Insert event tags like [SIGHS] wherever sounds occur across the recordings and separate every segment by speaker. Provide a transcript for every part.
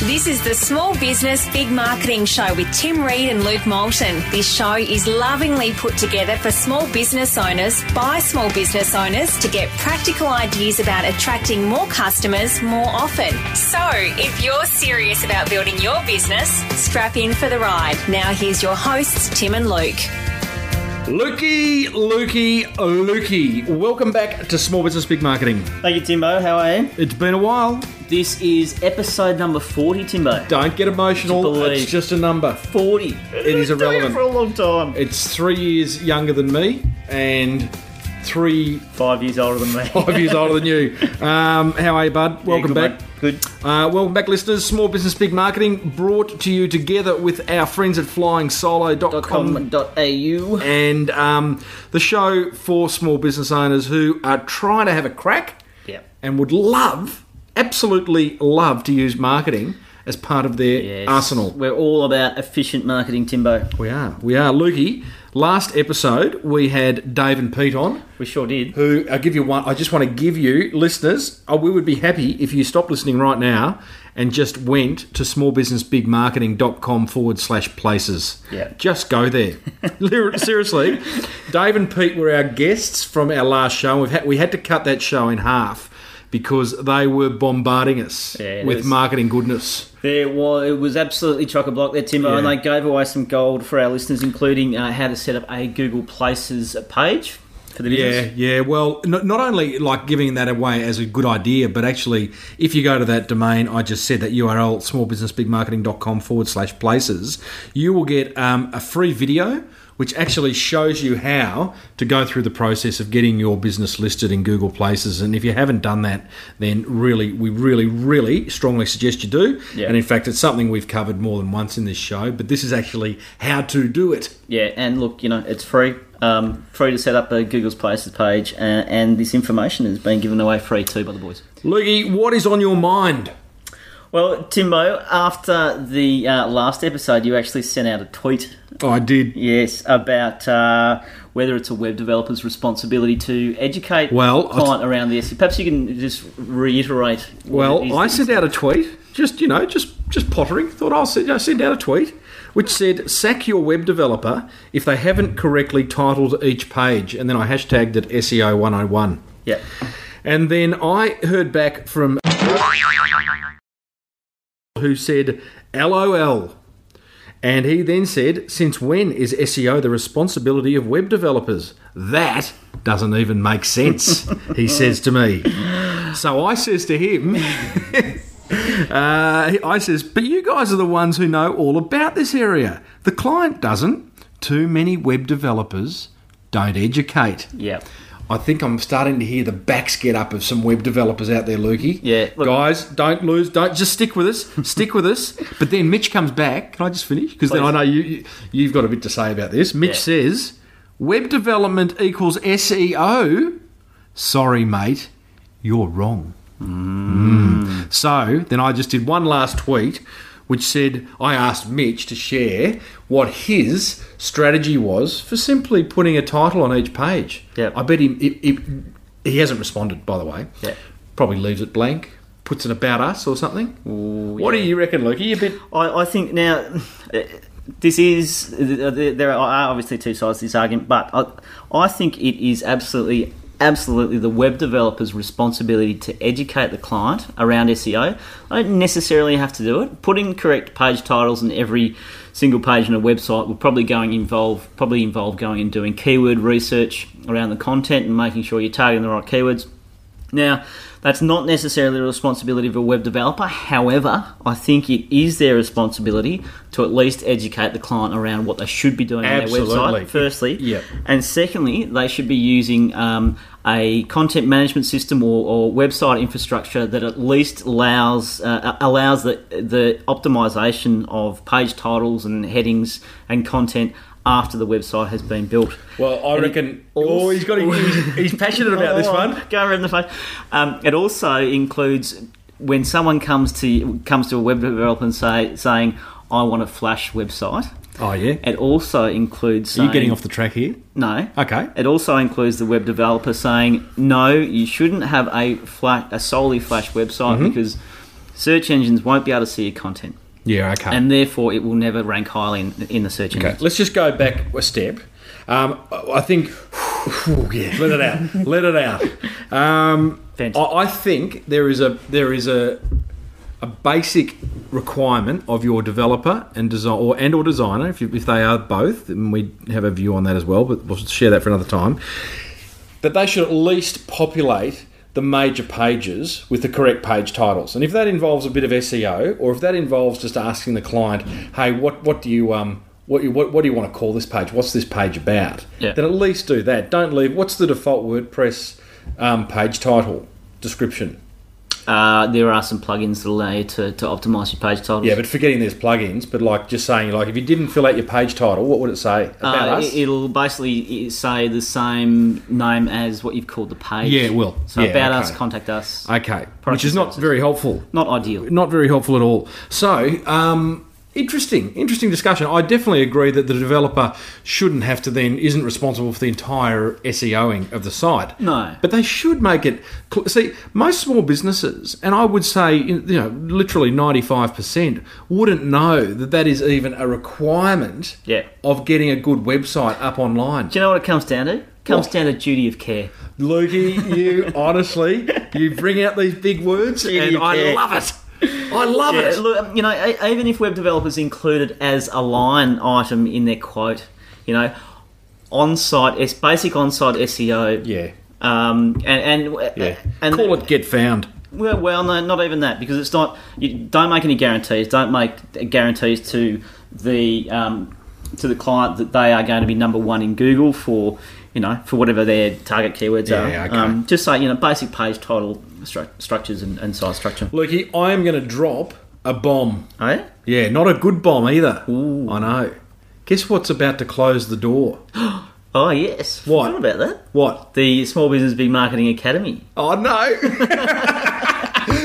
Speaker 1: This is the Small Business Big Marketing Show with Tim Reed and Luke Moulton. This show is lovingly put together for small business owners by small business owners to get practical ideas about attracting more customers more often. So, if you're serious about building your business, strap in for the ride. Now, here's your hosts, Tim and Luke.
Speaker 2: Lukey, Lukey, Lukey. Welcome back to Small Business Big Marketing.
Speaker 3: Thank you, Timbo. How are you?
Speaker 2: It's been a while.
Speaker 3: This is episode number 40, Timbo.
Speaker 2: Don't get emotional.
Speaker 3: Believe.
Speaker 2: It's just a number.
Speaker 3: 40.
Speaker 2: It is irrelevant.
Speaker 3: for a long time.
Speaker 2: It's three years younger than me and three,
Speaker 3: [LAUGHS] Five years older than me.
Speaker 2: five years older than you. Um, how are you, bud? Welcome
Speaker 3: Yeah,
Speaker 2: back.
Speaker 3: good, mate.
Speaker 2: Uh, welcome back, listeners. Small Business Big Marketing brought to you together with our friends at
Speaker 3: Good. .com.au.
Speaker 2: and um, the show for small business owners who are trying to have a crack
Speaker 3: Yep.
Speaker 2: and would love, absolutely love to use marketing as part of their
Speaker 3: Yes.
Speaker 2: arsenal.
Speaker 3: We're all about efficient marketing, Timbo.
Speaker 2: We are. We are. Lukey, last episode we had Dave and Pete on.
Speaker 3: We sure did.
Speaker 2: Who I give you one? I just want to give you listeners. Oh, we would be happy if you stopped listening right now and just went to smallbusinessbigmarketing.com forward slash places.
Speaker 3: Yeah.
Speaker 2: just go there. [LAUGHS] Liter- Seriously, Dave and Pete were our guests from our last show. We've had, we had to cut that show in half because they were bombarding us
Speaker 3: Yeah, it
Speaker 2: with
Speaker 3: is.
Speaker 2: marketing goodness.
Speaker 3: There was it was absolutely chock a block there, Timbo,
Speaker 2: Yeah.
Speaker 3: and they gave away some gold for our listeners, including uh, how to set up a Google Places page for the business.
Speaker 2: Yeah, yeah. Well, not, not only like giving that away as a good idea, but actually, if you go to that domain, I just said that URL, smallbusinessbigmarketing.com forward slash places, you will get um, a free video which actually shows you how to go through the process of getting your business listed in Google Places. And if you haven't done that, then really, we really, really strongly suggest you do.
Speaker 3: Yeah.
Speaker 2: And in fact, it's something we've covered more than once in this show, but this is actually how to do it.
Speaker 3: Yeah, and look, you know, it's free. Um, free to set up a Google's Places page, uh, and this information has been given away free too by the boys.
Speaker 2: Loogie, what is on your mind?
Speaker 3: Well, Timbo, after the uh, last episode, you actually sent out a tweet,
Speaker 2: I did
Speaker 3: yes, about uh, whether it's a web developer's responsibility to educate
Speaker 2: Well, I-
Speaker 3: client around this. Perhaps you can just reiterate. what it is
Speaker 2: Well, I
Speaker 3: that you
Speaker 2: sent out a tweet, just you know, just just pottering. Thought I'll send, I send out a tweet, which said sack your web developer if they haven't correctly titled each page, and then I hashtagged it SEO one hundred and one,
Speaker 3: Yeah.
Speaker 2: and then I heard back from who said LOL. And he then said, Since when is SEO the responsibility of web developers? That doesn't even make sense, [LAUGHS] he says to me. So I says to him, [LAUGHS] uh, I says, But you guys are the ones who know all about this area. The client doesn't. Too many web developers don't educate.
Speaker 3: Yeah.
Speaker 2: I think I'm starting to hear the backs get up of some web developers out there, Lukey.
Speaker 3: Yeah, look-
Speaker 2: guys, don't lose. Don't just stick with us. stick with
Speaker 3: [LAUGHS]
Speaker 2: us. But then Mitch comes back. Can I just finish? Because then I
Speaker 3: Please.
Speaker 2: know you, you you've got a bit to say about this. Mitch
Speaker 3: Yeah.
Speaker 2: says web development equals E SEO. Sorry, mate, you're wrong. Hmm. So then I just did one last tweet, which said I asked Mitch to share what his strategy was for simply putting a title on each page.
Speaker 3: Yeah.
Speaker 2: I bet he, he, he, he hasn't responded, by the way.
Speaker 3: Yeah.
Speaker 2: Probably leaves it blank, puts it about us or something. What do you reckon, Luke? Are you a bit.
Speaker 3: I, I think now this is there are obviously two sides to this argument, but I, I think it is absolutely absolutely the web developer's responsibility to educate the client around SEO. I don't necessarily have to do it. Putting correct page titles in every single page on a website will probably going involve probably involve going and doing keyword research around the content and making sure you're targeting the right keywords. Now, that's not necessarily the responsibility of a web developer. However, I think it is their responsibility to at least educate the client around what they should be doing on their
Speaker 2: Absolutely.
Speaker 3: website, firstly.
Speaker 2: Yep.
Speaker 3: And secondly, they should be using um, a content management system or, or website infrastructure that at least allows uh, allows the, the optimization of page titles and headings and content after the website has been built.
Speaker 2: Well, I
Speaker 3: And it
Speaker 2: reckon.
Speaker 3: also-
Speaker 2: Oh, he's got. He's, he's passionate about [LAUGHS] this
Speaker 3: Oh,
Speaker 2: one.
Speaker 3: Go around the phone. Um, it also includes when someone comes to comes to a web developer and say saying, "I want a Flash website."
Speaker 2: Oh, yeah.
Speaker 3: It also includes.
Speaker 2: Are
Speaker 3: Saying,
Speaker 2: you getting off the track here?
Speaker 3: No.
Speaker 2: Okay.
Speaker 3: It also includes the web
Speaker 2: Mm-hmm.
Speaker 3: developer saying, "No, you shouldn't have a flat, a solely Flash website because." search engines won't be able to see your content,
Speaker 2: Yeah, okay.
Speaker 3: and therefore it will never rank highly in, in the search
Speaker 2: Okay,
Speaker 3: engines.
Speaker 2: let's just go back a step. Um, I I think. [SIGHS] yeah, let it out. Let it out. Um, I,
Speaker 3: Fantastic.
Speaker 2: I think there is a there is a a basic requirement of your developer and design or and or designer if, you, if they are both, and we have a view on that as well. But we'll share that for another time. That they should at least populate the major pages with the correct page titles, and if that involves a bit of SEO, or if that involves just asking the client, "Hey, what what do you um what you- what, what do you want to call this page? What's this page about?"
Speaker 3: Yeah.
Speaker 2: Then at least do that. Don't leave. What's the default WordPress um, page title description?
Speaker 3: Uh, there are some plugins that allow you to, to optimize your page titles.
Speaker 2: Yeah, but forgetting there's plugins, but like just saying, like if you didn't fill out your page title, what would it say about
Speaker 3: Uh,
Speaker 2: us?
Speaker 3: it- It'll basically i- say the same name as what you've called the page.
Speaker 2: Yeah, it will.
Speaker 3: So
Speaker 2: Yeah,
Speaker 3: about
Speaker 2: okay.
Speaker 3: us, contact us.
Speaker 2: okay, which is not
Speaker 3: services.
Speaker 2: very helpful.
Speaker 3: Not ideal.
Speaker 2: Not very helpful at all. So, um, interesting, interesting discussion. I definitely agree that the developer shouldn't have to then isn't responsible for the entire SEOing of the site.
Speaker 3: No.
Speaker 2: but they should make it. Cl- See, most small businesses, and I would say you know literally ninety five percent wouldn't know that that is even a requirement.
Speaker 3: Yeah.
Speaker 2: of getting a good website up online.
Speaker 3: Do you know what it comes down to? It comes
Speaker 2: What?
Speaker 3: down to duty of care.
Speaker 2: Lukey,
Speaker 3: [LAUGHS]
Speaker 2: you honestly, you bring out these big words, and
Speaker 3: you
Speaker 2: I
Speaker 3: care.
Speaker 2: love it. I love
Speaker 3: Yeah,
Speaker 2: it.
Speaker 3: look, you know, e- even if web developers included as a line item in their quote, you know, on-site, it's basic on-site SEO.
Speaker 2: yeah,
Speaker 3: Um, and and
Speaker 2: yeah.
Speaker 3: and
Speaker 2: Call it get found.
Speaker 3: Well, well, no, not even that because it's not. You don't make any guarantees. Don't make guarantees to the um, to the client that they are going to be number one in Google for you know for whatever their target keywords
Speaker 2: Yeah,
Speaker 3: are.
Speaker 2: yeah, okay.
Speaker 3: um, just say you know basic page title stru- structures and, and size structure.
Speaker 2: Lukey, I am going to drop a bomb.
Speaker 3: Oh, yeah?
Speaker 2: Yeah, not a good bomb either. I know. Guess what's about to close the door?
Speaker 3: oh yes.
Speaker 2: What?
Speaker 3: Forgot about that?
Speaker 2: What?
Speaker 3: The Small Business Big Marketing Academy.
Speaker 2: Oh no! [LAUGHS]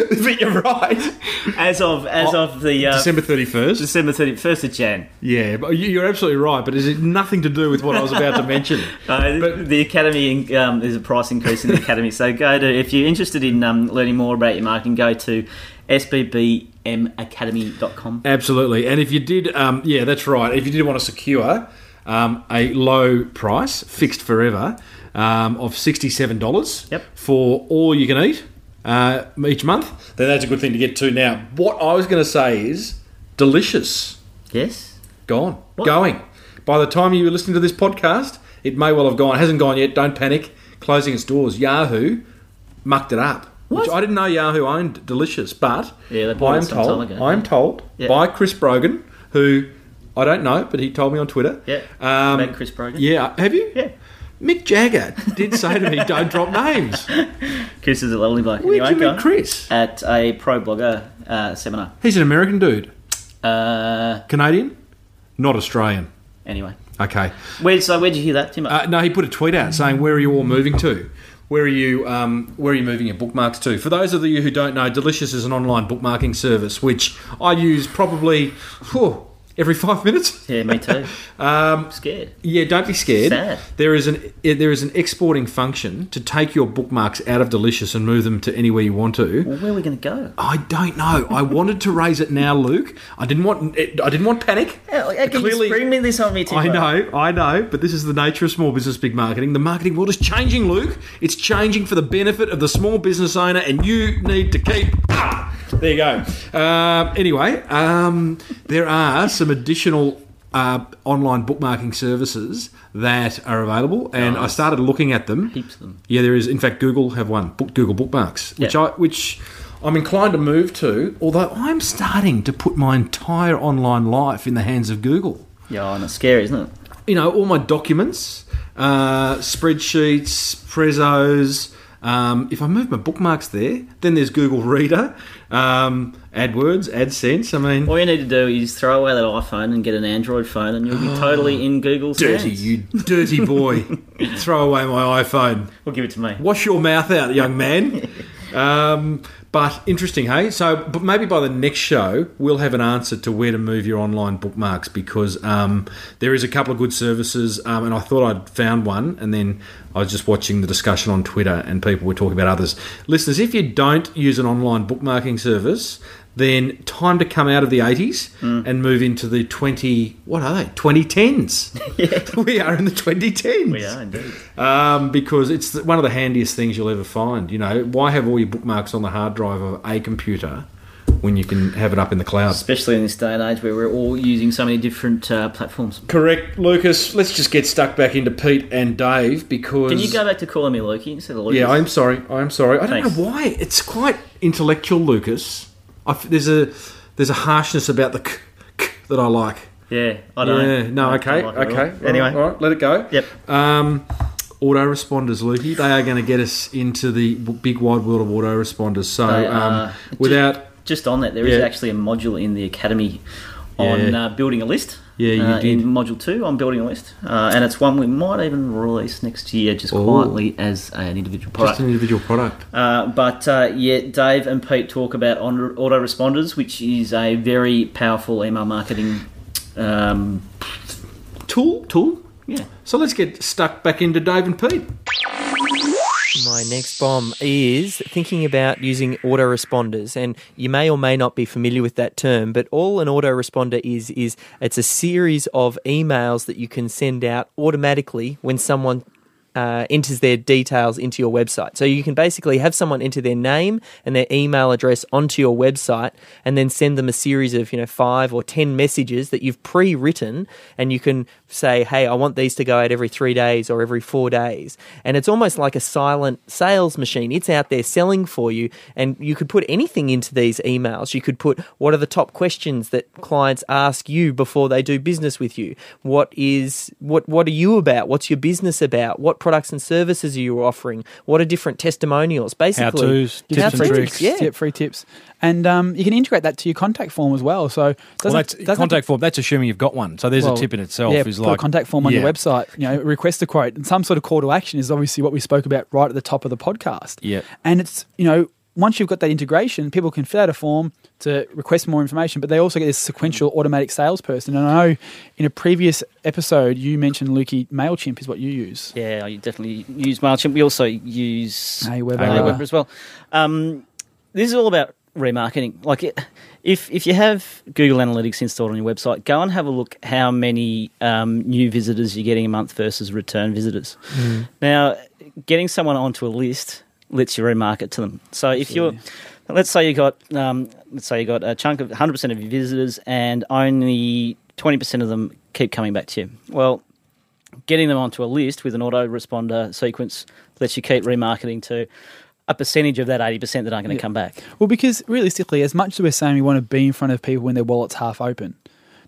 Speaker 2: but you're right.
Speaker 3: As of as
Speaker 2: Oh,
Speaker 3: of the uh,
Speaker 2: December thirty first.
Speaker 3: December thirty first of Jan.
Speaker 2: Yeah, but you- you're absolutely right. But it's nothing to do with what I was about to [LAUGHS] mention.
Speaker 3: Uh,
Speaker 2: But-
Speaker 3: the academy um, there's a price increase in the academy, so go to if you're interested in um, learning more about your marketing, go to sbbmacademy.com.
Speaker 2: Absolutely. And if you did, um, yeah, that's right. If you did want to secure um, a low price, fixed forever, um, of $67
Speaker 3: Yep.
Speaker 2: for all you can eat uh, each month, then that's a good thing to get to. Now, what I was going to say is delicious.
Speaker 3: Yes,
Speaker 2: Gone. Going. By the time you were listening to this podcast, it may well have gone. It hasn't gone yet. Don't panic. Closing its doors. Yahoo mucked it up. Which
Speaker 3: What?
Speaker 2: I didn't know Yahoo owned Delicious, but
Speaker 3: Yeah, they bought
Speaker 2: I
Speaker 3: it
Speaker 2: am
Speaker 3: some time
Speaker 2: told
Speaker 3: ago.
Speaker 2: I am told
Speaker 3: Yeah.
Speaker 2: by Chris Brogan, who I don't know, but he told me on Twitter.
Speaker 3: Yeah.
Speaker 2: um,
Speaker 3: Met Chris Brogan.
Speaker 2: Yeah, have you?
Speaker 3: Yeah.
Speaker 2: Mick Jagger did say
Speaker 3: [LAUGHS]
Speaker 2: to me, "Don't drop names."
Speaker 3: Chris is a lovely bloke.
Speaker 2: Where'd
Speaker 3: Anyway,
Speaker 2: you
Speaker 3: go
Speaker 2: meet
Speaker 3: on.
Speaker 2: Chris?
Speaker 3: At a pro blogger uh, seminar.
Speaker 2: He's an American dude,
Speaker 3: Uh,
Speaker 2: Canadian, not Australian.
Speaker 3: anyway,
Speaker 2: Okay,
Speaker 3: where so where'd you hear that, Timo?
Speaker 2: Uh, no, he put a tweet out saying, "Where are you all moving to? Where are you? Um, where are you moving your bookmarks to?" For those of you who don't know, Delicious is an online bookmarking service which I use probably whew, every five minutes.
Speaker 3: yeah, me too.
Speaker 2: [LAUGHS] Um,
Speaker 3: I'm scared.
Speaker 2: yeah, don't be scared.
Speaker 3: Sad.
Speaker 2: There is an there is an exporting function to take your bookmarks out of Delicious and move them to anywhere you want to.
Speaker 3: Well, where are we going to go?
Speaker 2: I don't know. I wanted to raise it now, Luke. I didn't want I didn't want panic.
Speaker 3: Yeah, like, Oh, can you scream me this on me, Timo?
Speaker 2: Uh, I know, I know, but this is the nature of small business big marketing. The marketing world is changing, Luke. It's changing for the benefit of the small business owner, and you need to keep. Ah, there you go. Um, anyway, um, there are some additional. Uh, online bookmarking services that are available, and I started looking at them.
Speaker 3: Heaps of them.
Speaker 2: Yeah, there is. In fact, Google have one. Book, Google Bookmarks, which
Speaker 3: Yeah.
Speaker 2: I which I'm inclined to move to. Although I'm starting to put my entire online life in the hands of Google
Speaker 3: Yeah, and it's scary, isn't it?
Speaker 2: you know, all my documents, uh, spreadsheets, prezos. Um, if I move my bookmarks there, then there's Google Reader, um, AdWords, AdSense. I mean,
Speaker 3: All you need to do is throw away that iPhone and get an Android phone, and you'll
Speaker 2: [GASPS]
Speaker 3: be totally in Google's
Speaker 2: dirty,
Speaker 3: hands.
Speaker 2: you dirty boy. Throw away my iPhone.
Speaker 3: Well, give it to me.
Speaker 2: Wash your mouth out, young man. Um, but interesting, hey? So but maybe by the next show, we'll have an answer to where to move your online bookmarks because um, there is a couple of good services, um, and I thought I'd found one, and then I was just watching the discussion on Twitter, and people were talking about others. Listeners, if you don't use an online bookmarking service, then time to come out of the 80s
Speaker 3: Hmm.
Speaker 2: and move into the 20 what are they
Speaker 3: [LAUGHS]
Speaker 2: 2010s [LAUGHS] we are in the 2010s
Speaker 3: We are indeed.
Speaker 2: um, because it's the- one of the handiest things you'll ever find you know why have all your bookmarks on the hard drive of a computer when you can have it up in the cloud
Speaker 3: Especially in this day and age where we're all using so many different uh, platforms.
Speaker 2: correct lucas let's just get stuck back into pete and dave because
Speaker 3: Can you go back to calling me Loki instead of Lucas?
Speaker 2: Yeah, I'm sorry. I'm sorry. I don't
Speaker 3: Thanks.
Speaker 2: know why. It's quite intellectual, Lucas. I f there's a there's a harshness about the k, k that I like.
Speaker 3: Yeah, I don't.
Speaker 2: Yeah. No.
Speaker 3: I don't
Speaker 2: okay.
Speaker 3: like it at all.
Speaker 2: okay. All right,
Speaker 3: Anyway.
Speaker 2: All right. Let it go.
Speaker 3: Yep.
Speaker 2: Um, autoresponders, Lukey. They are going to get us into the w- big wide world of autoresponders. So
Speaker 3: They
Speaker 2: um,
Speaker 3: are-
Speaker 2: without.
Speaker 3: Just on that, there is
Speaker 2: Yeah.
Speaker 3: actually a module in the academy on
Speaker 2: Yeah.
Speaker 3: uh, building a list.
Speaker 2: Yeah, you
Speaker 3: uh,
Speaker 2: did.
Speaker 3: In module two on building a list, uh, and it's one we might even release next year, just
Speaker 2: Ooh.
Speaker 3: quietly as an individual product.
Speaker 2: Just an individual product.
Speaker 3: Uh, but uh, yeah, Dave and Pete talk about on- autoresponders, which is a very powerful email marketing um,
Speaker 2: Tool.
Speaker 3: tool. Yeah.
Speaker 2: So let's get stuck back into Dave and Pete.
Speaker 4: My next bomb is thinking about using autoresponders. And you may or may not be familiar with that term, but all an autoresponder is, is it's a series of emails that you can send out automatically when someone uh, enters their details into your website. So you can basically have someone enter their name and their email address onto your website and then send them a series of, you know, five or 10 messages that you've pre written. And you can say, hey, I want these to go out every three days or every four days. And it's almost like a silent sales machine. It's out there selling for you. And you could put anything into these emails. You could put what are the top questions that clients ask you before they do business with you? What is what what are you about? What's your business about? What products and services are you offering? What are different testimonials?
Speaker 5: How
Speaker 4: Basically,
Speaker 5: to's, tips and
Speaker 4: how-tos,
Speaker 5: tricks.
Speaker 4: Yeah.
Speaker 6: Yep, free tips. And um, you can integrate that to your contact form as well. So it
Speaker 5: Well,
Speaker 6: doesn't,
Speaker 5: that's
Speaker 6: doesn't-
Speaker 5: contact form. That's assuming you've got one. So there's
Speaker 6: well,
Speaker 5: a tip in itself.
Speaker 6: Yeah,
Speaker 5: is
Speaker 6: put
Speaker 5: like
Speaker 6: a contact form on
Speaker 5: yeah.
Speaker 6: your website. You know, request a quote and some sort of call to action is obviously what we spoke about right at the top of the podcast.
Speaker 5: Yeah.
Speaker 6: and it's you know once you've got that integration, people can fill out a form to request more information, but they also get this sequential
Speaker 5: Mm.
Speaker 6: automatic salesperson. And I know in a previous episode you mentioned Lukey Mailchimp is what you use.
Speaker 3: Yeah, I definitely use MailChimp. We also use
Speaker 6: AWeber.
Speaker 3: AWeber as well. Um, this is all about remarketing. Like, it, if, if you have Google Analytics installed on your website, go and have a look how many um, new visitors you're getting a month versus return visitors. Now, getting someone onto a list lets you remarket to them. So if you're, let's say you got, um, let's say you got a chunk of 100% of your visitors and only 20% of them keep coming back to you. Well, getting them onto a list with an autoresponder sequence lets you keep remarketing to a percentage of that 80% that aren't going to come back.
Speaker 6: Well, because realistically, as much as we're saying we want to be in front of people when their wallet's half open,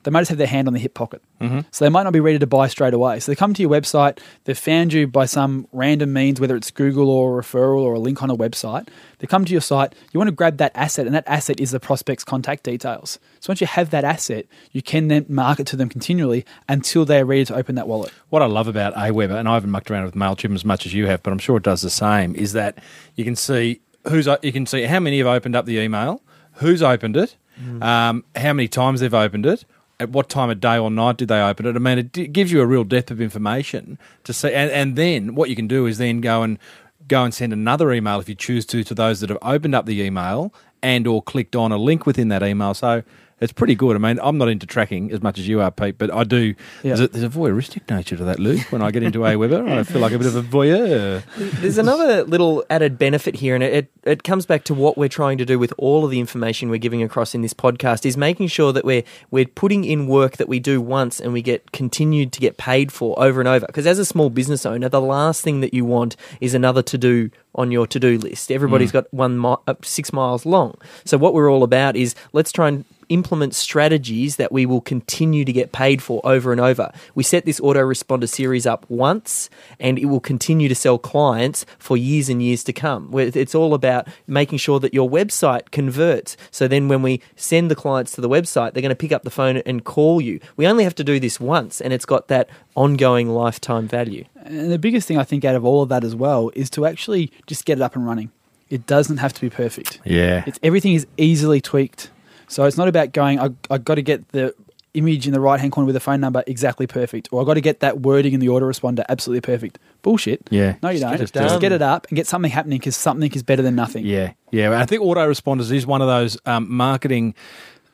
Speaker 6: they might just have their hand on the hip pocket. Mm-hmm. So they might not be ready to buy straight away. So they come to your website, they've found you by some random means, whether it's Google or a referral or a link on a website. They come to your site, you want to grab that asset, and that asset is the prospect's contact details. So once you have that asset, you can then market to them continually until they are ready to open that wallet.
Speaker 5: What I love about AWeber, and I haven't mucked around with Mailchimp as much as you have, but I'm sure it does the same, is that you can see who's you can see how many have opened up the email, who's opened it, um, how many times they've opened it, at what time of day or night did they open it. I mean, it d- gives you a real depth of information to see, and, and then what you can do is then go and go and send another email if you choose to to those that have opened up the email and or clicked on a link within that email. So. It's pretty good. I mean, I'm not into tracking as much as you are, Pete, but I do.
Speaker 6: Yeah.
Speaker 5: There's, a, there's a voyeuristic nature to that, Luke. When I get into AWeber, I feel like a bit of a voyeur.
Speaker 4: There's another little added benefit here, and it, it, it comes back to what we're trying to do with all of the information we're giving across in this podcast is making sure that we're we're putting in work that we do once and we get continued to get paid for over and over. Because as a small business owner, the last thing that you want is another to do on your to do list. Everybody's got one mi- uh, six miles long. So what we're all about is let's try and implement strategies that we will continue to get paid for over and over. We set this autoresponder series up once and it will continue to sell clients for years and years to come. Where It's all about making sure that your website converts. So then when we send the clients to the website, they're going to pick up the phone and call you. We only have to do this once and it's got that ongoing lifetime value.
Speaker 6: And the biggest thing I think out of all of that as well is to actually just get it up and running. It doesn't have to be perfect.
Speaker 5: Yeah.
Speaker 6: It's everything is easily tweaked. So it's not about going. I I got to get the image in the right hand corner with a phone number exactly perfect, or I got to get that wording in the autoresponder absolutely perfect. Bullshit.
Speaker 5: Yeah.
Speaker 6: No, you
Speaker 5: Just
Speaker 6: don't.
Speaker 5: get it
Speaker 6: Just,
Speaker 5: done.
Speaker 6: get it up and get something happening because something is better than nothing.
Speaker 5: Yeah, yeah. I think autoresponders is one of those um, marketing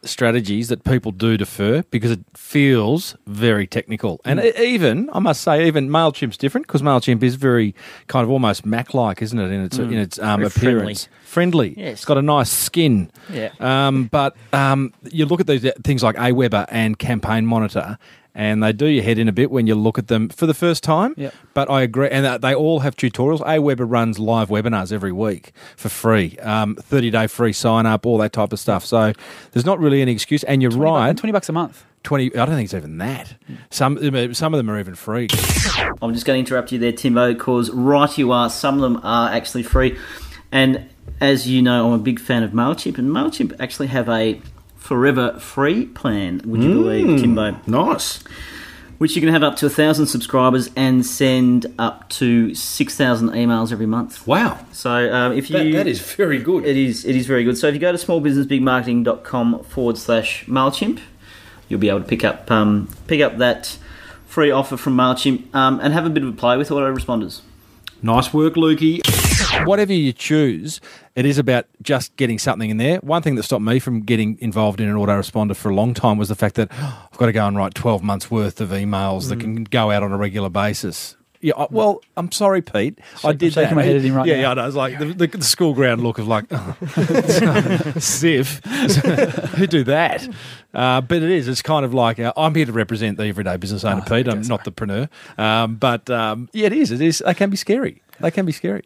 Speaker 5: strategies that people do defer because it feels very technical. And
Speaker 3: Mm.
Speaker 5: e- even, I must say, even MailChimp's different because MailChimp is very kind of almost Mac-like, isn't it, in its, in its um,
Speaker 3: Mm. Very friendly.
Speaker 5: appearance. Friendly.
Speaker 3: Yes.
Speaker 5: It's got a nice skin.
Speaker 3: Yeah.
Speaker 5: Um, but um, you look at these things like Aweber and Campaign Monitor, and they do your head in a bit when you look at them for the first time.
Speaker 6: Yep.
Speaker 5: But I agree, and that- they all have tutorials. Aweber runs live webinars every week for free, um, thirty day free sign up, all that type of stuff. So there's not really any excuse. And you're
Speaker 6: 20 bucks-
Speaker 5: right,
Speaker 6: Twenty bucks a month.
Speaker 5: twenty. I don't think it's even that. Some some of them are even free.
Speaker 3: I'm just going to interrupt you there, Timbo, because right you are. Some of them are actually free. And as you know, I'm a big fan of MailChimp, and MailChimp actually have a forever free plan, would you
Speaker 2: Hmm.
Speaker 3: believe, Timbo?
Speaker 2: Nice.
Speaker 3: Which you can have up to 1,000 subscribers and send up to 6,000 emails every month.
Speaker 2: Wow.
Speaker 3: So um, if you.
Speaker 2: That, that is very good.
Speaker 3: It is, it is very good. So if you go to smallbusinessbigmarketing.com forward slash MailChimp, you'll be able to pick up, um, pick up that free offer from MailChimp um, and have a bit of a play with autoresponders.
Speaker 2: Nice work, Lukey.
Speaker 5: whatever you choose, it is about just getting something in there. One thing that stopped me from getting involved in an autoresponder for a long time was the fact that "Oh, I've got to go and write 12 months worth of emails that can go out on a regular basis. Mm. Yeah, I, well, I'm sorry, Pete. I did
Speaker 6: shaking
Speaker 5: that.
Speaker 6: my head at him right
Speaker 5: yeah,
Speaker 6: now.
Speaker 5: yeah, I know. It's like the, the, the school ground look of like, [LAUGHS] Ziff, who do that? Uh, but it is. It's kind of like uh, I'm here to represent the everyday business owner, Pete. I'm not the preneur. Um, but um, yeah, it is. It is. They can be scary. They can be scary.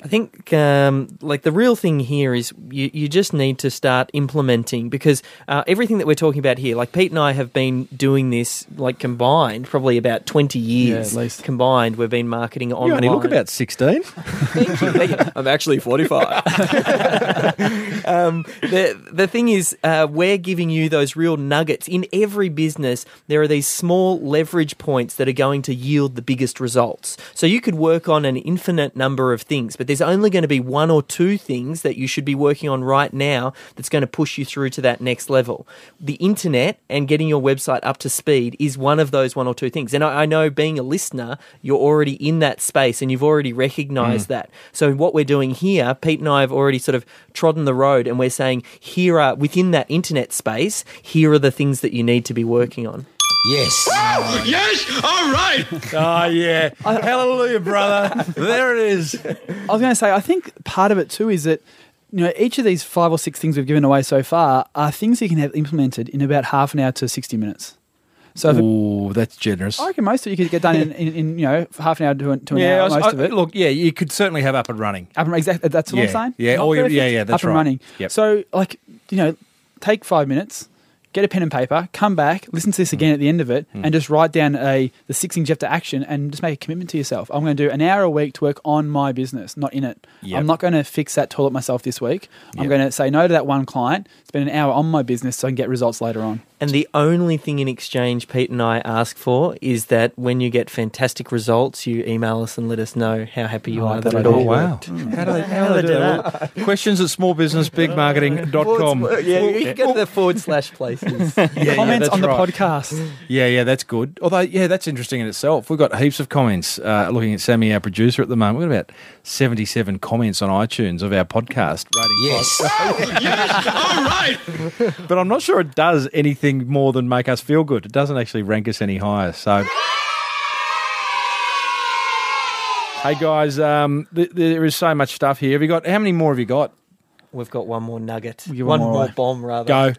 Speaker 4: I think um, like the real thing here is you, you just need to start implementing because uh, everything that we're talking about here, like Pete and I have been doing this like combined probably about twenty years
Speaker 6: at least.
Speaker 4: combined. We've been marketing
Speaker 5: You
Speaker 4: online.
Speaker 5: only look about 16.
Speaker 4: Thank you, thank you. I'm actually [LAUGHS] 45. um, the, the thing is, uh, we're giving you those real nuggets. In every business, there are these small leverage points that are going to yield the biggest results. So you could work on an infinite number of things, but there's only going to be one or two things that you should be working on right now that's going to push you through to that next level. The internet and getting your website up to speed is one of those one or two things. And I, I know being a listener, you're already in that space and you've already recognized that. So, what we're doing here, Pete and I have already sort of trodden the road and we're saying, here are within that internet space, here are the things that you need to be working on.
Speaker 5: [LAUGHS] Oh yeah, hallelujah, brother! there it is.
Speaker 6: I was going to say, I think part of it too is that you know each of these five or six things we've given away so far are things you can have implemented in about half an hour to sixty minutes. So if it,
Speaker 5: Ooh, that's generous.
Speaker 6: I reckon most of it you could get done in, in, in you know half an hour to an, to an
Speaker 5: yeah, I
Speaker 6: hour.
Speaker 5: was-
Speaker 6: most
Speaker 5: I-
Speaker 6: of it.
Speaker 5: look, yeah, you could certainly have up and running.
Speaker 6: Up and, exactly, that's what
Speaker 5: Yeah,
Speaker 6: I'm saying.
Speaker 5: yeah,
Speaker 6: Not
Speaker 5: all your- yeah,
Speaker 6: perfect,
Speaker 5: yeah, that's
Speaker 6: Up and
Speaker 5: right.
Speaker 6: running.
Speaker 5: Yep.
Speaker 6: So, like, you know, take five minutes, get a pen and paper, come back, listen
Speaker 5: Mm.
Speaker 6: to this again at the end of it, and just write down a the six things you have to action and just make a commitment to yourself. I'm going to do an hour a week to work on my business, not in it.
Speaker 5: Yep.
Speaker 6: I'm not going to fix that toilet myself this week.
Speaker 5: Yep.
Speaker 6: I'm going to say no to that one client, spend an hour on my business so I can get results later on.
Speaker 4: And the only thing in exchange Pete and I ask for is that when you get fantastic results, you email us and let us know how happy you
Speaker 6: I
Speaker 4: are
Speaker 6: like
Speaker 4: that it
Speaker 6: that idea.
Speaker 4: all worked.
Speaker 5: wow! How do they, how do they do that? Questions at smallbusinessbigmarketing.com.
Speaker 4: Forward- Yeah, you can go to the forward slash places.
Speaker 5: yeah,
Speaker 6: Comments
Speaker 5: that's
Speaker 6: on the
Speaker 5: right. [LAUGHS]
Speaker 6: podcast.
Speaker 5: Yeah, yeah, that's good. Although, yeah, that's interesting in itself. We've got heaps of comments. Uh, looking at Sammy, our producer at the moment, we've got about 77 comments on iTunes of our podcast. Rating yes. yes, all right. But I'm not sure it does anything more than make us feel good. It doesn't actually rank us any higher. So. Hey guys, um, th- there is so much stuff here. Have you got how many more have you got?
Speaker 4: We've got one more nugget.
Speaker 6: give
Speaker 4: one
Speaker 6: one more
Speaker 4: more
Speaker 6: away.
Speaker 4: bomb, rather.
Speaker 5: Go.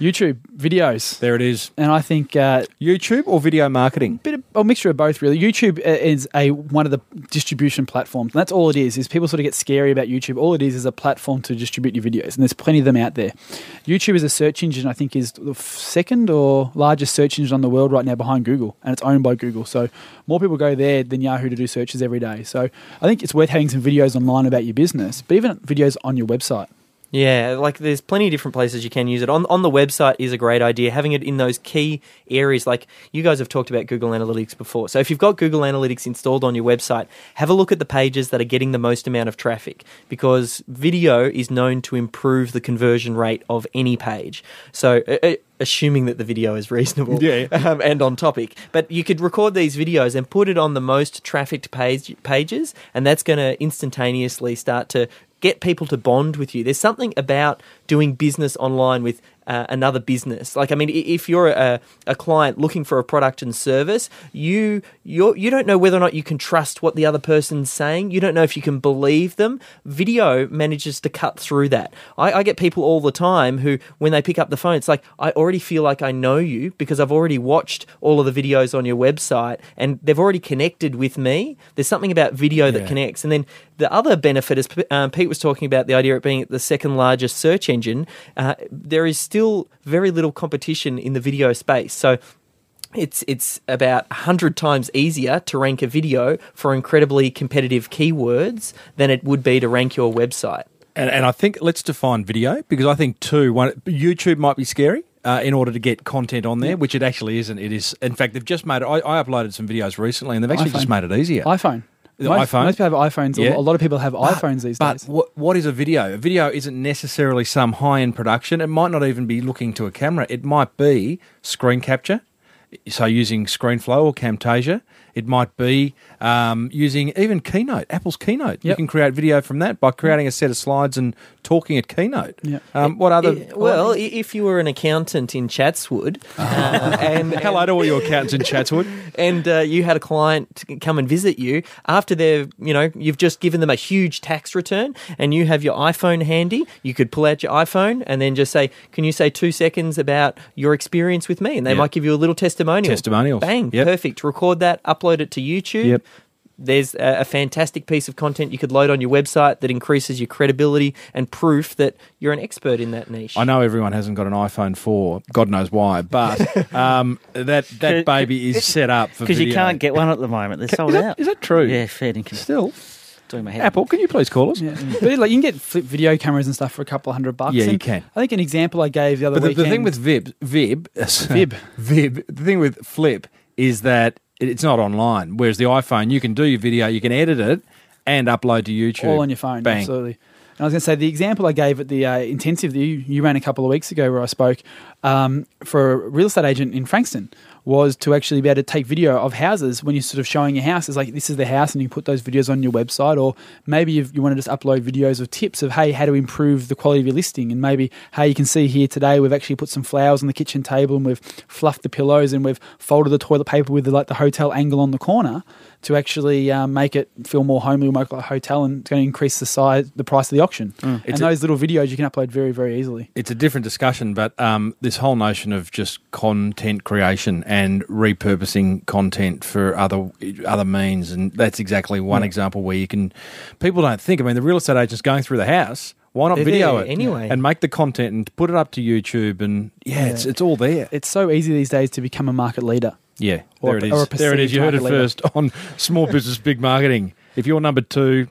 Speaker 6: YouTube videos.
Speaker 5: There it is.
Speaker 6: And I think uh,
Speaker 5: YouTube or video marketing?
Speaker 6: bit of a mixture of both really youtube uh, is a one of the distribution platforms and that's all it is is people sort of get scary about youtube all it is is a platform to distribute your videos and there's plenty of them out there youtube is a search engine i think is the f- second or largest search engine on the world right now behind google and it's owned by google so more people go there than yahoo to do searches every day so i think it's worth having some videos online about your business but even videos on your website
Speaker 4: Yeah, like there's plenty of different places you can use it. On on the website is a great idea. Having it in those key areas, like you guys have talked about Google Analytics before. So if you've got Google Analytics installed on your website, have a look at the pages that are getting the most amount of traffic because video is known to improve the conversion rate of any page. So uh, uh, assuming that the video is reasonable
Speaker 5: Yeah.
Speaker 4: [LAUGHS] um, and on topic. But you could record these videos and put it on the most trafficked page, pages, and that's going to instantaneously start to get people to bond with you. There's something about doing business online with uh, another business. Like, I mean, i- if you're a, a client looking for a product and service, you you're, you don't know whether or not you can trust what the other person's saying. You don't know if you can believe them. Video manages to cut through that. I, I get people all the time who, when they pick up the phone, it's like I already feel like I know you because I've already watched all of the videos on your website and they've already connected with me. There's something about video that
Speaker 5: Yeah.
Speaker 4: connects, and then the other benefit is um, Pete was talking about the idea of being the second largest search engine. Uh, there is still very little competition in the video space, so it's it's about 100 times easier to rank a video for incredibly competitive keywords than it would be to rank your website.
Speaker 5: And, and I think let's define video because I think too one YouTube might be scary. Uh, in order to get content on there, which it actually isn't, it is. In fact, they've just made it. I, I uploaded some videos recently, and they've actually just
Speaker 6: iPhone.
Speaker 5: made it easier.
Speaker 6: iPhone.
Speaker 5: The
Speaker 6: most,
Speaker 5: iPhone?
Speaker 6: Most people have iPhones.
Speaker 5: Yeah.
Speaker 6: A lot of people have
Speaker 5: But-
Speaker 6: iPhones these
Speaker 5: but
Speaker 6: days.
Speaker 5: what, what is a video? A video isn't necessarily some high end production. It might not even be looking to a camera. It might be screen capture. So using ScreenFlow or Camtasia, it might be um, using even Keynote, Apple's Keynote. You
Speaker 6: Yep.
Speaker 5: can create video from that by creating a set of slides and talking at Keynote.
Speaker 6: Yeah.
Speaker 5: Um, what other?
Speaker 4: I-
Speaker 5: [LAUGHS]
Speaker 4: well, i- if you were an accountant in Chatswood, uh, and
Speaker 5: hello to all your accountants in Chatswood.
Speaker 4: and uh, you had a client come and visit you after they've you know you've just given them a huge tax return and you have your iphone handy you could pull out your iphone and then just say can you say two seconds about your experience with me and they
Speaker 5: Yeah.
Speaker 4: might give you a little testimonial
Speaker 5: Testimonials.
Speaker 4: bang
Speaker 5: Yep.
Speaker 4: perfect record that upload it to youtube
Speaker 5: Yep.
Speaker 4: There's a, a fantastic piece of content you could load on your website that increases your credibility and proof that you're an expert in that niche.
Speaker 5: I know everyone hasn't got an iPhone 4, God knows why, but um, that that baby is set up for
Speaker 3: Because you
Speaker 5: video.
Speaker 3: can't get one at the moment. They're sold
Speaker 5: Is that-
Speaker 3: out.
Speaker 5: is that true?
Speaker 3: Yeah, fair dinkum.
Speaker 5: Still,
Speaker 3: Doing my head.
Speaker 5: Apple, can you please call us?
Speaker 6: Yeah. but like you can get flip video cameras and stuff for a couple of hundred bucks.
Speaker 5: Mm. Yeah, you
Speaker 6: And
Speaker 5: can.
Speaker 6: I think an example I gave the other
Speaker 5: But the,
Speaker 6: weekend.
Speaker 5: the thing with Vib, Vib, [LAUGHS]
Speaker 6: Vib.
Speaker 5: Vib, the thing with Flip is that it- it's not online. Whereas the iPhone, you can do your video, you can edit it, and upload to YouTube.
Speaker 6: all on your phone.
Speaker 5: Bang.
Speaker 6: Absolutely. And I was going to say the example I gave at the uh, intensive that you, you ran a couple of weeks ago, where I spoke um, for a real estate agent in Frankston, was to actually be able to take video of houses when you're sort of showing your house. It's like this is the house, and you put those videos on your website, or maybe you've, you want to just upload videos of tips of hey, how to improve the quality of your listing, and maybe hey, you can see here today we've actually put some flowers on the kitchen table, and we've fluffed the pillows, and we've folded the toilet paper with the, like the hotel angle on the corner to actually um, make it feel more homely, more like a hotel, and it's going to increase the size, the price of the auction. And
Speaker 5: Mm. It's a-
Speaker 6: those little videos you can upload very, very easily.
Speaker 5: it's a different discussion, but um, this whole notion of just content creation and repurposing content for other other means, and that's exactly one example where you can. People don't think. I mean, the real estate agent's going through the house. Why not
Speaker 4: They're
Speaker 5: video
Speaker 4: there
Speaker 5: it
Speaker 4: anyway.
Speaker 5: and make the content and put it up to YouTube? And yeah, it's it's all there.
Speaker 6: It's so easy these days to become a market leader.
Speaker 5: Yeah,
Speaker 6: Or
Speaker 5: there it
Speaker 6: a-
Speaker 5: is.
Speaker 6: or a
Speaker 5: there it is. You heard it
Speaker 6: perceived market
Speaker 5: first on Small Business Big Marketing. If you're number two,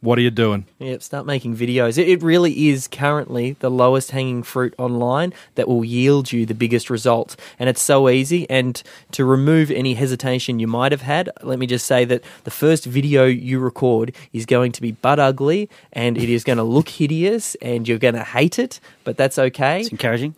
Speaker 5: what are you doing?
Speaker 4: Yep, start making videos. It, it really is currently the lowest hanging fruit online that will yield you the biggest results. And it's so easy. And to remove any hesitation you might have had, let me just say that the first video you record is going to be butt ugly and it is going to look hideous and you're going to hate it, but that's okay.
Speaker 3: It's encouraging.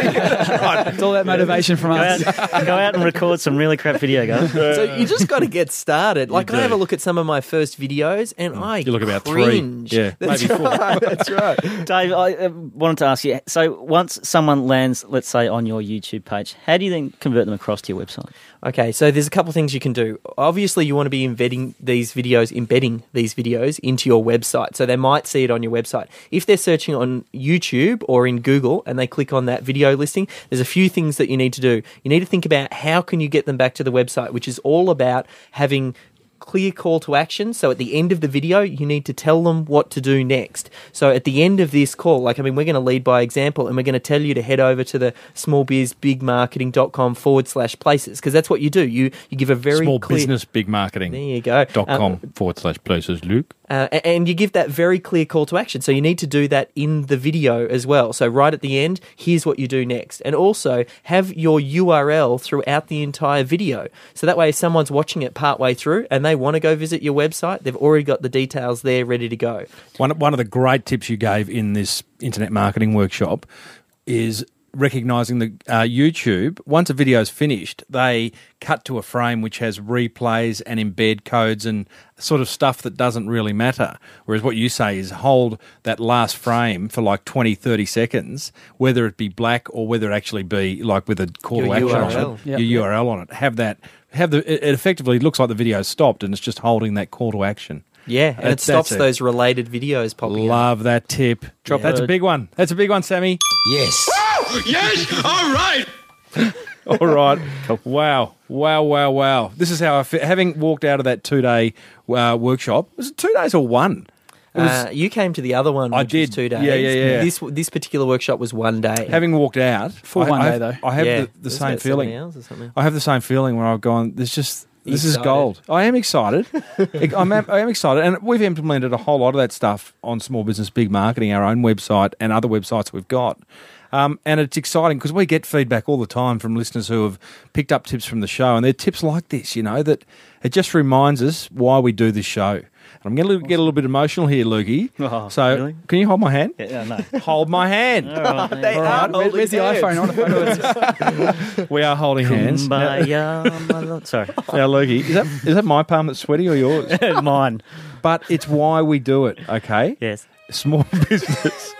Speaker 6: It's all that motivation from
Speaker 3: Go
Speaker 6: [LAUGHS] us.
Speaker 3: out, go out and record some really
Speaker 5: [LAUGHS]
Speaker 3: crap video, guys.
Speaker 4: So you just got to get started. Like I
Speaker 5: do. Oh,
Speaker 4: have a look at some of my first videos and I
Speaker 5: You look about
Speaker 4: cringe.
Speaker 5: three. Yeah,
Speaker 4: That's
Speaker 5: maybe four.
Speaker 4: That's right.
Speaker 3: Dave, I uh, wanted to ask you. So, once someone lands, let's say, on your YouTube page, how do you then convert them across to your website?
Speaker 4: Okay, so there's a couple things you can do. Obviously, you want to be embedding these videos, embedding these videos into your website. So they might see it on your website. If they're searching on YouTube or in Google and they click on that video listing, there's a few things that you need to do. You need to think about how can you get them back to the website, which is all about having clear call to action. So at the end of the video, you need to tell them what to do next. So at the end of this call, like, I mean, we're going to lead by example and we're going to tell you to head over to the smallbizbigmarketing.com forward slash places because that's what you do. You, you give a very
Speaker 5: Small
Speaker 4: clear.
Speaker 5: business, big marketing.
Speaker 4: There you go.
Speaker 5: Dot
Speaker 4: Um,
Speaker 5: com forward slash places, Luke.
Speaker 4: uh, a- and you give that very clear call to action. So you need to do that in the video as well. So right at the end, here's what you do next, and also have your URL throughout the entire video. So that way, if someone's watching it partway through and they want to go visit your website, they've already got the details there ready to go.
Speaker 5: One, one of the great tips you gave in this internet marketing workshop is recognizing the uh, YouTube. Once a video is finished, they cut to a frame which has replays and embed codes and sort of stuff that doesn't really matter. Whereas what you say is hold that last frame for like 20, 30 seconds, whether it be black or whether it actually be like with a call
Speaker 4: Your
Speaker 5: to action on
Speaker 4: URL.
Speaker 5: it,
Speaker 6: Yeah.
Speaker 5: your URL on it. Have that. Have the. It it effectively looks like the video stopped and it's just holding that call to action.
Speaker 4: Yeah, and it
Speaker 5: That's-
Speaker 4: stops
Speaker 5: that's
Speaker 4: those related videos popping up.
Speaker 5: Love that tip.
Speaker 4: Drop
Speaker 5: That's
Speaker 4: it.
Speaker 5: a big one. That's a big one, Sammy.
Speaker 7: Yes.
Speaker 5: All right. Wow. Wow. Wow. Wow. This is how I feel. Having walked out of that two day uh, workshop, was it two days or one? It was,
Speaker 4: Uh, you came to the other one, which
Speaker 5: I
Speaker 4: was
Speaker 5: did.
Speaker 4: two days.
Speaker 5: Yeah, yeah, yeah.
Speaker 4: This this particular workshop was one day.
Speaker 5: having walked out
Speaker 6: Full
Speaker 5: I,
Speaker 6: one
Speaker 5: I
Speaker 6: day, though.
Speaker 5: I have
Speaker 4: Yeah.
Speaker 5: the,
Speaker 4: It
Speaker 5: the
Speaker 4: was
Speaker 5: same
Speaker 4: about seven
Speaker 5: feeling.
Speaker 4: hours or something.
Speaker 5: I have the same feeling where I've gone. There's just this is
Speaker 4: Excited.
Speaker 5: gold. I am excited. I'm, I am excited, and we've implemented a whole lot of that stuff on small business, big marketing, our own website, and other websites we've got. Um, and it's exciting because we get feedback all the time from listeners who have picked up tips from the show, and they're tips like this. You know that it just reminds us why we do this show. And I'm going to get a little bit emotional here, Lukey.
Speaker 3: Oh,
Speaker 5: so
Speaker 3: really?
Speaker 5: can you hold my hand?
Speaker 3: Yeah, no. [LAUGHS]
Speaker 5: Hold my hand.
Speaker 4: They
Speaker 5: All
Speaker 4: are
Speaker 5: right.
Speaker 6: Where- where's the
Speaker 4: holding hands.
Speaker 6: iPhone? I want to
Speaker 5: [LAUGHS]
Speaker 6: photo it.
Speaker 5: We are holding hands. Now,
Speaker 3: Kumbaya, my lord.
Speaker 5: [LAUGHS]
Speaker 3: Sorry.
Speaker 5: now, Lukey, is that is that my palm that's sweaty
Speaker 3: [LAUGHS]
Speaker 5: or yours?
Speaker 3: Mine.
Speaker 5: but it's why we do it. Okay,
Speaker 3: Yes.
Speaker 5: small [LAUGHS]
Speaker 3: [LAUGHS]
Speaker 5: business.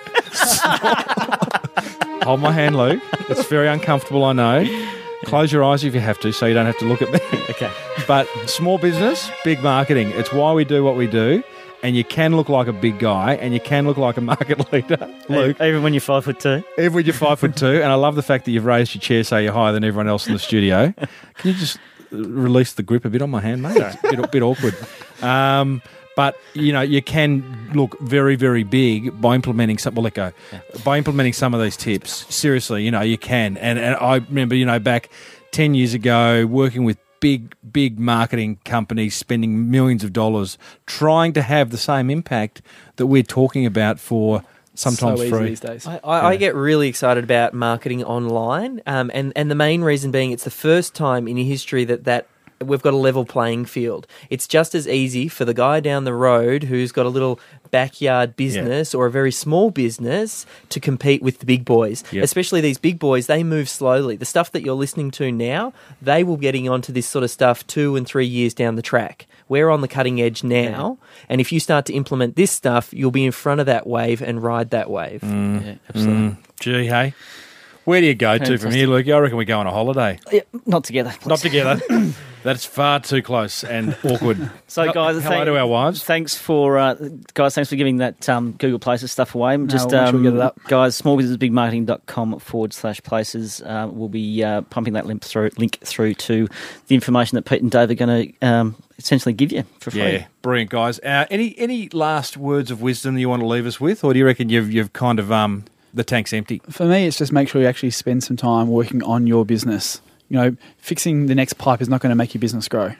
Speaker 5: Hold my hand, Luke. It's very uncomfortable, I know. Close your eyes if you have to, so you don't have to look at me.
Speaker 3: [LAUGHS] Okay.
Speaker 5: But small business, big marketing. It's why we do what we do. And you can look like a big guy, and you can look like a market [LAUGHS] leader, Luke.
Speaker 3: E- Even when you're five foot two.
Speaker 5: Even when you're five foot two, and I love the fact that you've raised your chair so you're higher than everyone else in the studio. Can you just uh, release the grip a bit on my hand, mate? It's a bit, bit awkward. Um, but you know, you can look very, very big by implementing some. Well, let go. By implementing some of these tips, seriously, you know, you can. And and I remember, you know, back ten years ago, working with big, big marketing companies spending millions of dollars trying to have the same impact that we're talking about for sometimes
Speaker 6: so easy
Speaker 5: free.
Speaker 6: these days.
Speaker 4: I, I, I get really excited about marketing online, um, and and the main reason being it's the first time in history that that. We've got a level playing field. It's just as easy for the guy down the road who's got a little backyard business or a very small business to compete with the big boys.
Speaker 5: Yep.
Speaker 4: Especially these big boys, they move slowly. The stuff that you're listening to now, they will be getting onto this sort of stuff two and three years down the track. We're on the cutting edge now, and if you start to implement this stuff, you'll be in front of that wave and ride that wave.
Speaker 5: Mm.
Speaker 3: Yeah, absolutely.
Speaker 5: Gee, hey. Where do you go to from here, Luke? I reckon we go on a holiday.
Speaker 3: Yeah, not together. please.
Speaker 5: Not together. That's far too close and awkward.
Speaker 3: So, guys,
Speaker 5: hello
Speaker 3: thank-
Speaker 5: to our wives.
Speaker 3: Thanks for uh, guys. Thanks for giving that um, Google Places stuff away. Just
Speaker 6: we'll make
Speaker 3: um,
Speaker 6: sure we get it up.
Speaker 3: guys, smallbusinessbigmarketing.com forward slash places. Uh, we'll be uh, pumping that link through link through to the information that Pete and Dave are going to um, essentially give you for free.
Speaker 5: yeah, brilliant, guys. Uh, any any last words of wisdom you want to leave us with, or do you reckon you've you've kind of um the tank's empty?
Speaker 6: For me, it's just make sure you actually spend some time working on your business. You know, fixing the next pipe is not going to make your business grow.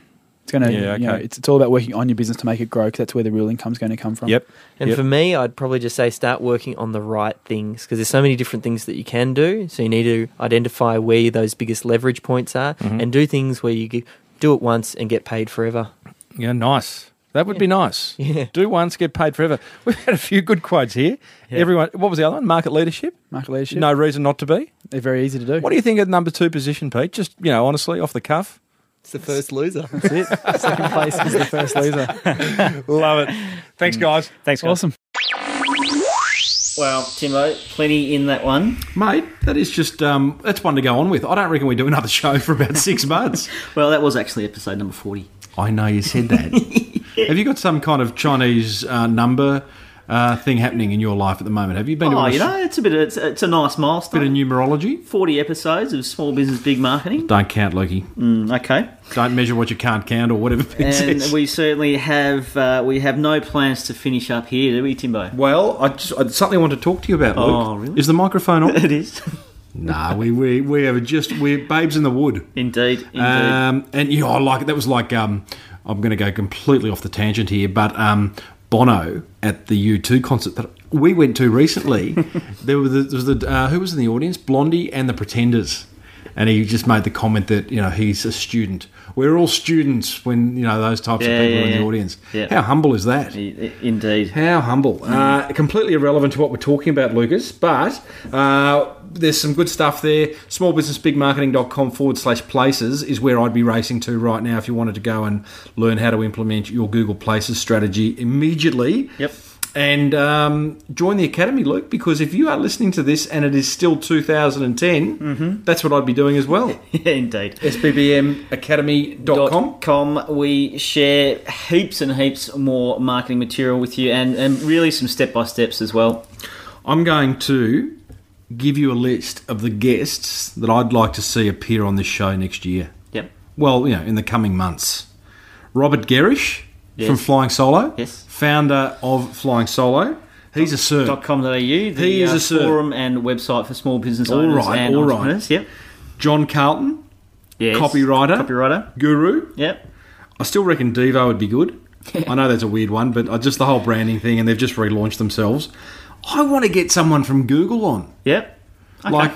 Speaker 6: It's going to,
Speaker 5: Yeah,
Speaker 6: you know,
Speaker 5: okay.
Speaker 6: it's, it's all about working on your business to make it grow because that's where the real income's going to come from.
Speaker 5: Yep.
Speaker 4: And
Speaker 5: Yep.
Speaker 4: for me, I'd probably just say start working on the right things because there's so many different things that you can do. So you need to identify where those biggest leverage points are and do things where you g- do it once and get paid forever.
Speaker 5: Yeah, nice. That would be nice.
Speaker 4: Yeah.
Speaker 5: Do once, get paid forever. [LAUGHS] We've had a few good quotes here. Everyone, what was the other one? Market leadership.
Speaker 6: Market leadership.
Speaker 5: No reason not to be.
Speaker 6: They're very easy to do.
Speaker 5: What do you think of the number two position, Pete? Just you know, honestly, off the cuff.
Speaker 4: It's the first loser.
Speaker 6: That's it.
Speaker 5: [LAUGHS]
Speaker 6: Second place is the first loser.
Speaker 5: Love it. Thanks, guys.
Speaker 3: Thanks, guys.
Speaker 6: Awesome.
Speaker 3: Well, Timo, plenty in that one.
Speaker 2: Mate, that is just um, that's one to go on with. I don't reckon we do another [LAUGHS] show for about six months.
Speaker 3: Well, that was actually episode number forty.
Speaker 2: [LAUGHS] I know you said that. Have you got some kind of Chinese uh, number
Speaker 5: uh, thing happening in your life at the moment? Have you been to
Speaker 3: Oh,
Speaker 5: a
Speaker 3: you know, it's a bit. Of, it's, it's a nice milestone.
Speaker 5: bit of numerology?
Speaker 3: Forty episodes of small business, big marketing.
Speaker 5: Don't count, Loki.
Speaker 3: Mm, Okay,
Speaker 5: Don't measure what you can't count or whatever. it
Speaker 3: and
Speaker 5: says.
Speaker 3: we certainly have. Uh, we have no plans to finish up here, do we, Timbo?
Speaker 5: well, I just I, something I want to talk to you about. Luke.
Speaker 3: Oh, really?
Speaker 5: Is the microphone on? [LAUGHS]
Speaker 3: It is
Speaker 5: nah, we we we are just we're babes in the wood.
Speaker 3: indeed. Indeed.
Speaker 5: Um, and you know, I like that was like um, I'm going to go completely off the tangent here, but um, Bono at the U2 concert that we went to [LAUGHS] recently, there was the, there was the uh, who was in the audience, Blondie and the Pretenders, and he just made the comment that you know he's a student. We're all students when you know those types
Speaker 3: Yeah,
Speaker 5: of people
Speaker 3: yeah,
Speaker 5: are in the
Speaker 3: yeah.
Speaker 5: audience.
Speaker 3: Yeah.
Speaker 5: How humble is that?
Speaker 3: I- I- Indeed. [LAUGHS]
Speaker 5: How humble. Uh, completely irrelevant to what we're talking about, Lucas, but uh, there's some good stuff there. Smallbusinessbigmarketing.com forward slash places is where I'd be racing to right now if you wanted to go and learn how to implement your Google Places strategy immediately.
Speaker 3: Yep.
Speaker 5: And um, join the academy, Luke, because if you are listening to this and it is still 2010, that's what I'd be doing as [LAUGHS] well.
Speaker 3: indeed.
Speaker 5: SBBMacademy.com.
Speaker 3: com. We share heaps and heaps more marketing material with you, and, and really some step by steps as well.
Speaker 5: I'm going to give you a list of the guests that I'd like to see appear on this show next year.
Speaker 3: Yep.
Speaker 5: Well, you know, in the coming months. Robert Gerrish from
Speaker 3: Yes.
Speaker 5: Flying Solo.
Speaker 3: Yes.
Speaker 5: Founder of Flying Solo. He's a
Speaker 3: dot
Speaker 5: Sir.
Speaker 3: com dot au. The
Speaker 5: He is
Speaker 3: uh,
Speaker 5: a sir.
Speaker 3: forum and website for small business
Speaker 5: All
Speaker 3: owners
Speaker 5: right,
Speaker 3: and
Speaker 5: all right.
Speaker 3: entrepreneurs. Yep.
Speaker 5: John Carlton,
Speaker 3: Yes.
Speaker 5: Copywriter.
Speaker 3: Copywriter.
Speaker 5: Guru.
Speaker 3: Yep.
Speaker 5: I still reckon Devo would
Speaker 3: [LAUGHS]
Speaker 5: be good. I know that's a weird one, but I- just the whole branding thing, and they've just relaunched themselves. I want to get someone from Google on.
Speaker 3: Yep. Okay.
Speaker 5: Like,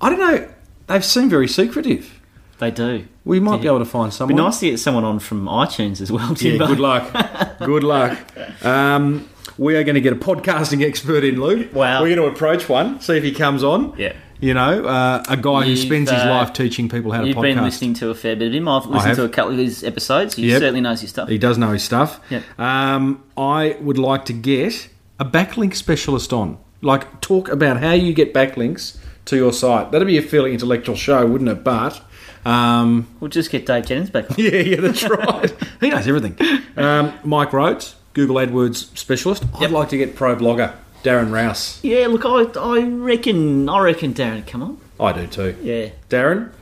Speaker 5: I don't know. They've seemed very secretive.
Speaker 3: they do.
Speaker 5: We might be
Speaker 3: Yeah.
Speaker 5: able to find someone.
Speaker 3: It'd be nice to get someone on from iTunes as well,
Speaker 5: Yeah,
Speaker 3: Timbo. [LAUGHS]
Speaker 5: good luck. Good luck. Um, we are going to get a podcasting expert in, Luke.
Speaker 3: Wow.
Speaker 5: We're going to approach one, see if he comes on.
Speaker 3: Yeah.
Speaker 5: You know, uh, a guy who
Speaker 3: You've,
Speaker 5: spends his
Speaker 3: uh,
Speaker 5: life teaching people how to
Speaker 3: You've
Speaker 5: podcast.
Speaker 3: been listening to a fair bit of him. I've listened
Speaker 5: have.
Speaker 3: to a couple of his episodes. He
Speaker 5: Yep.
Speaker 3: certainly knows his stuff.
Speaker 5: He does know his stuff.
Speaker 3: Yep.
Speaker 5: Um, I would like to get a backlink specialist on. Like, talk about how you get backlinks to your site. That'd be a fairly intellectual show, wouldn't it? But. Um,
Speaker 3: We'll just get Dave Jennings back. on.
Speaker 5: [LAUGHS] Yeah, yeah, that's right. he knows everything. Um, Mike Rhodes, Google AdWords specialist. I'd like to get pro blogger Darren Rouse.
Speaker 3: Yeah, look, I, I reckon I reckon Darren, come on.
Speaker 5: I do too.
Speaker 3: Yeah.
Speaker 5: [LAUGHS] Darren,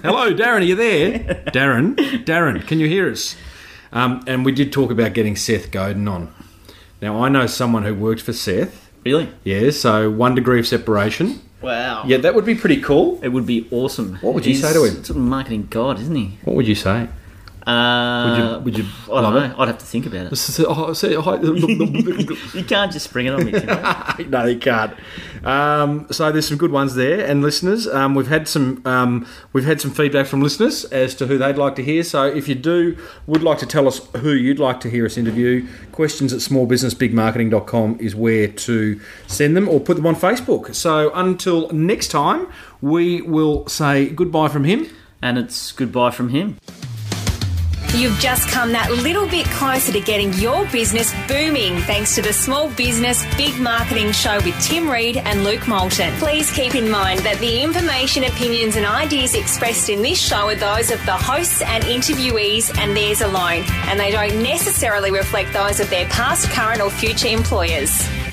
Speaker 5: hello, Darren, are you there? Darren, Darren, can you hear us? Um, and we did talk about getting Seth Godin on. Now I know someone who worked for Seth.
Speaker 3: Really?
Speaker 5: Yeah, so one degree of separation.
Speaker 3: Wow.
Speaker 5: Yeah, that would be pretty cool.
Speaker 3: It would be awesome.
Speaker 5: What would you
Speaker 3: He's
Speaker 5: say to him?
Speaker 3: Sort of marketing god, isn't he?
Speaker 5: What would you [LAUGHS] say?
Speaker 3: Uh,
Speaker 5: Would you- would you
Speaker 3: I don't
Speaker 5: love
Speaker 3: know. I'd have to think about it.
Speaker 5: oh,
Speaker 3: You can't just spring it on me.
Speaker 5: [LAUGHS]
Speaker 3: Can you?
Speaker 5: no, you can't. Um, so there's some good ones there, and listeners, um, we've had some um, we've had some feedback from listeners as to who they'd like to hear. So if you do would like to tell us who you'd like to hear us interview, questions at smallbusinessbigmarketing.com is where to send them, or put them on Facebook. So until next time, we will say goodbye from him.
Speaker 3: and it's goodbye from him.
Speaker 1: You've just come that little bit closer to getting your business booming thanks to the Small Business Big Marketing Show with Tim Reed and Luke Moulton. Please keep in mind that the information, opinions, and ideas expressed in this show are those of the hosts and interviewees and theirs alone, and they don't necessarily reflect those of their past, current, or future employers.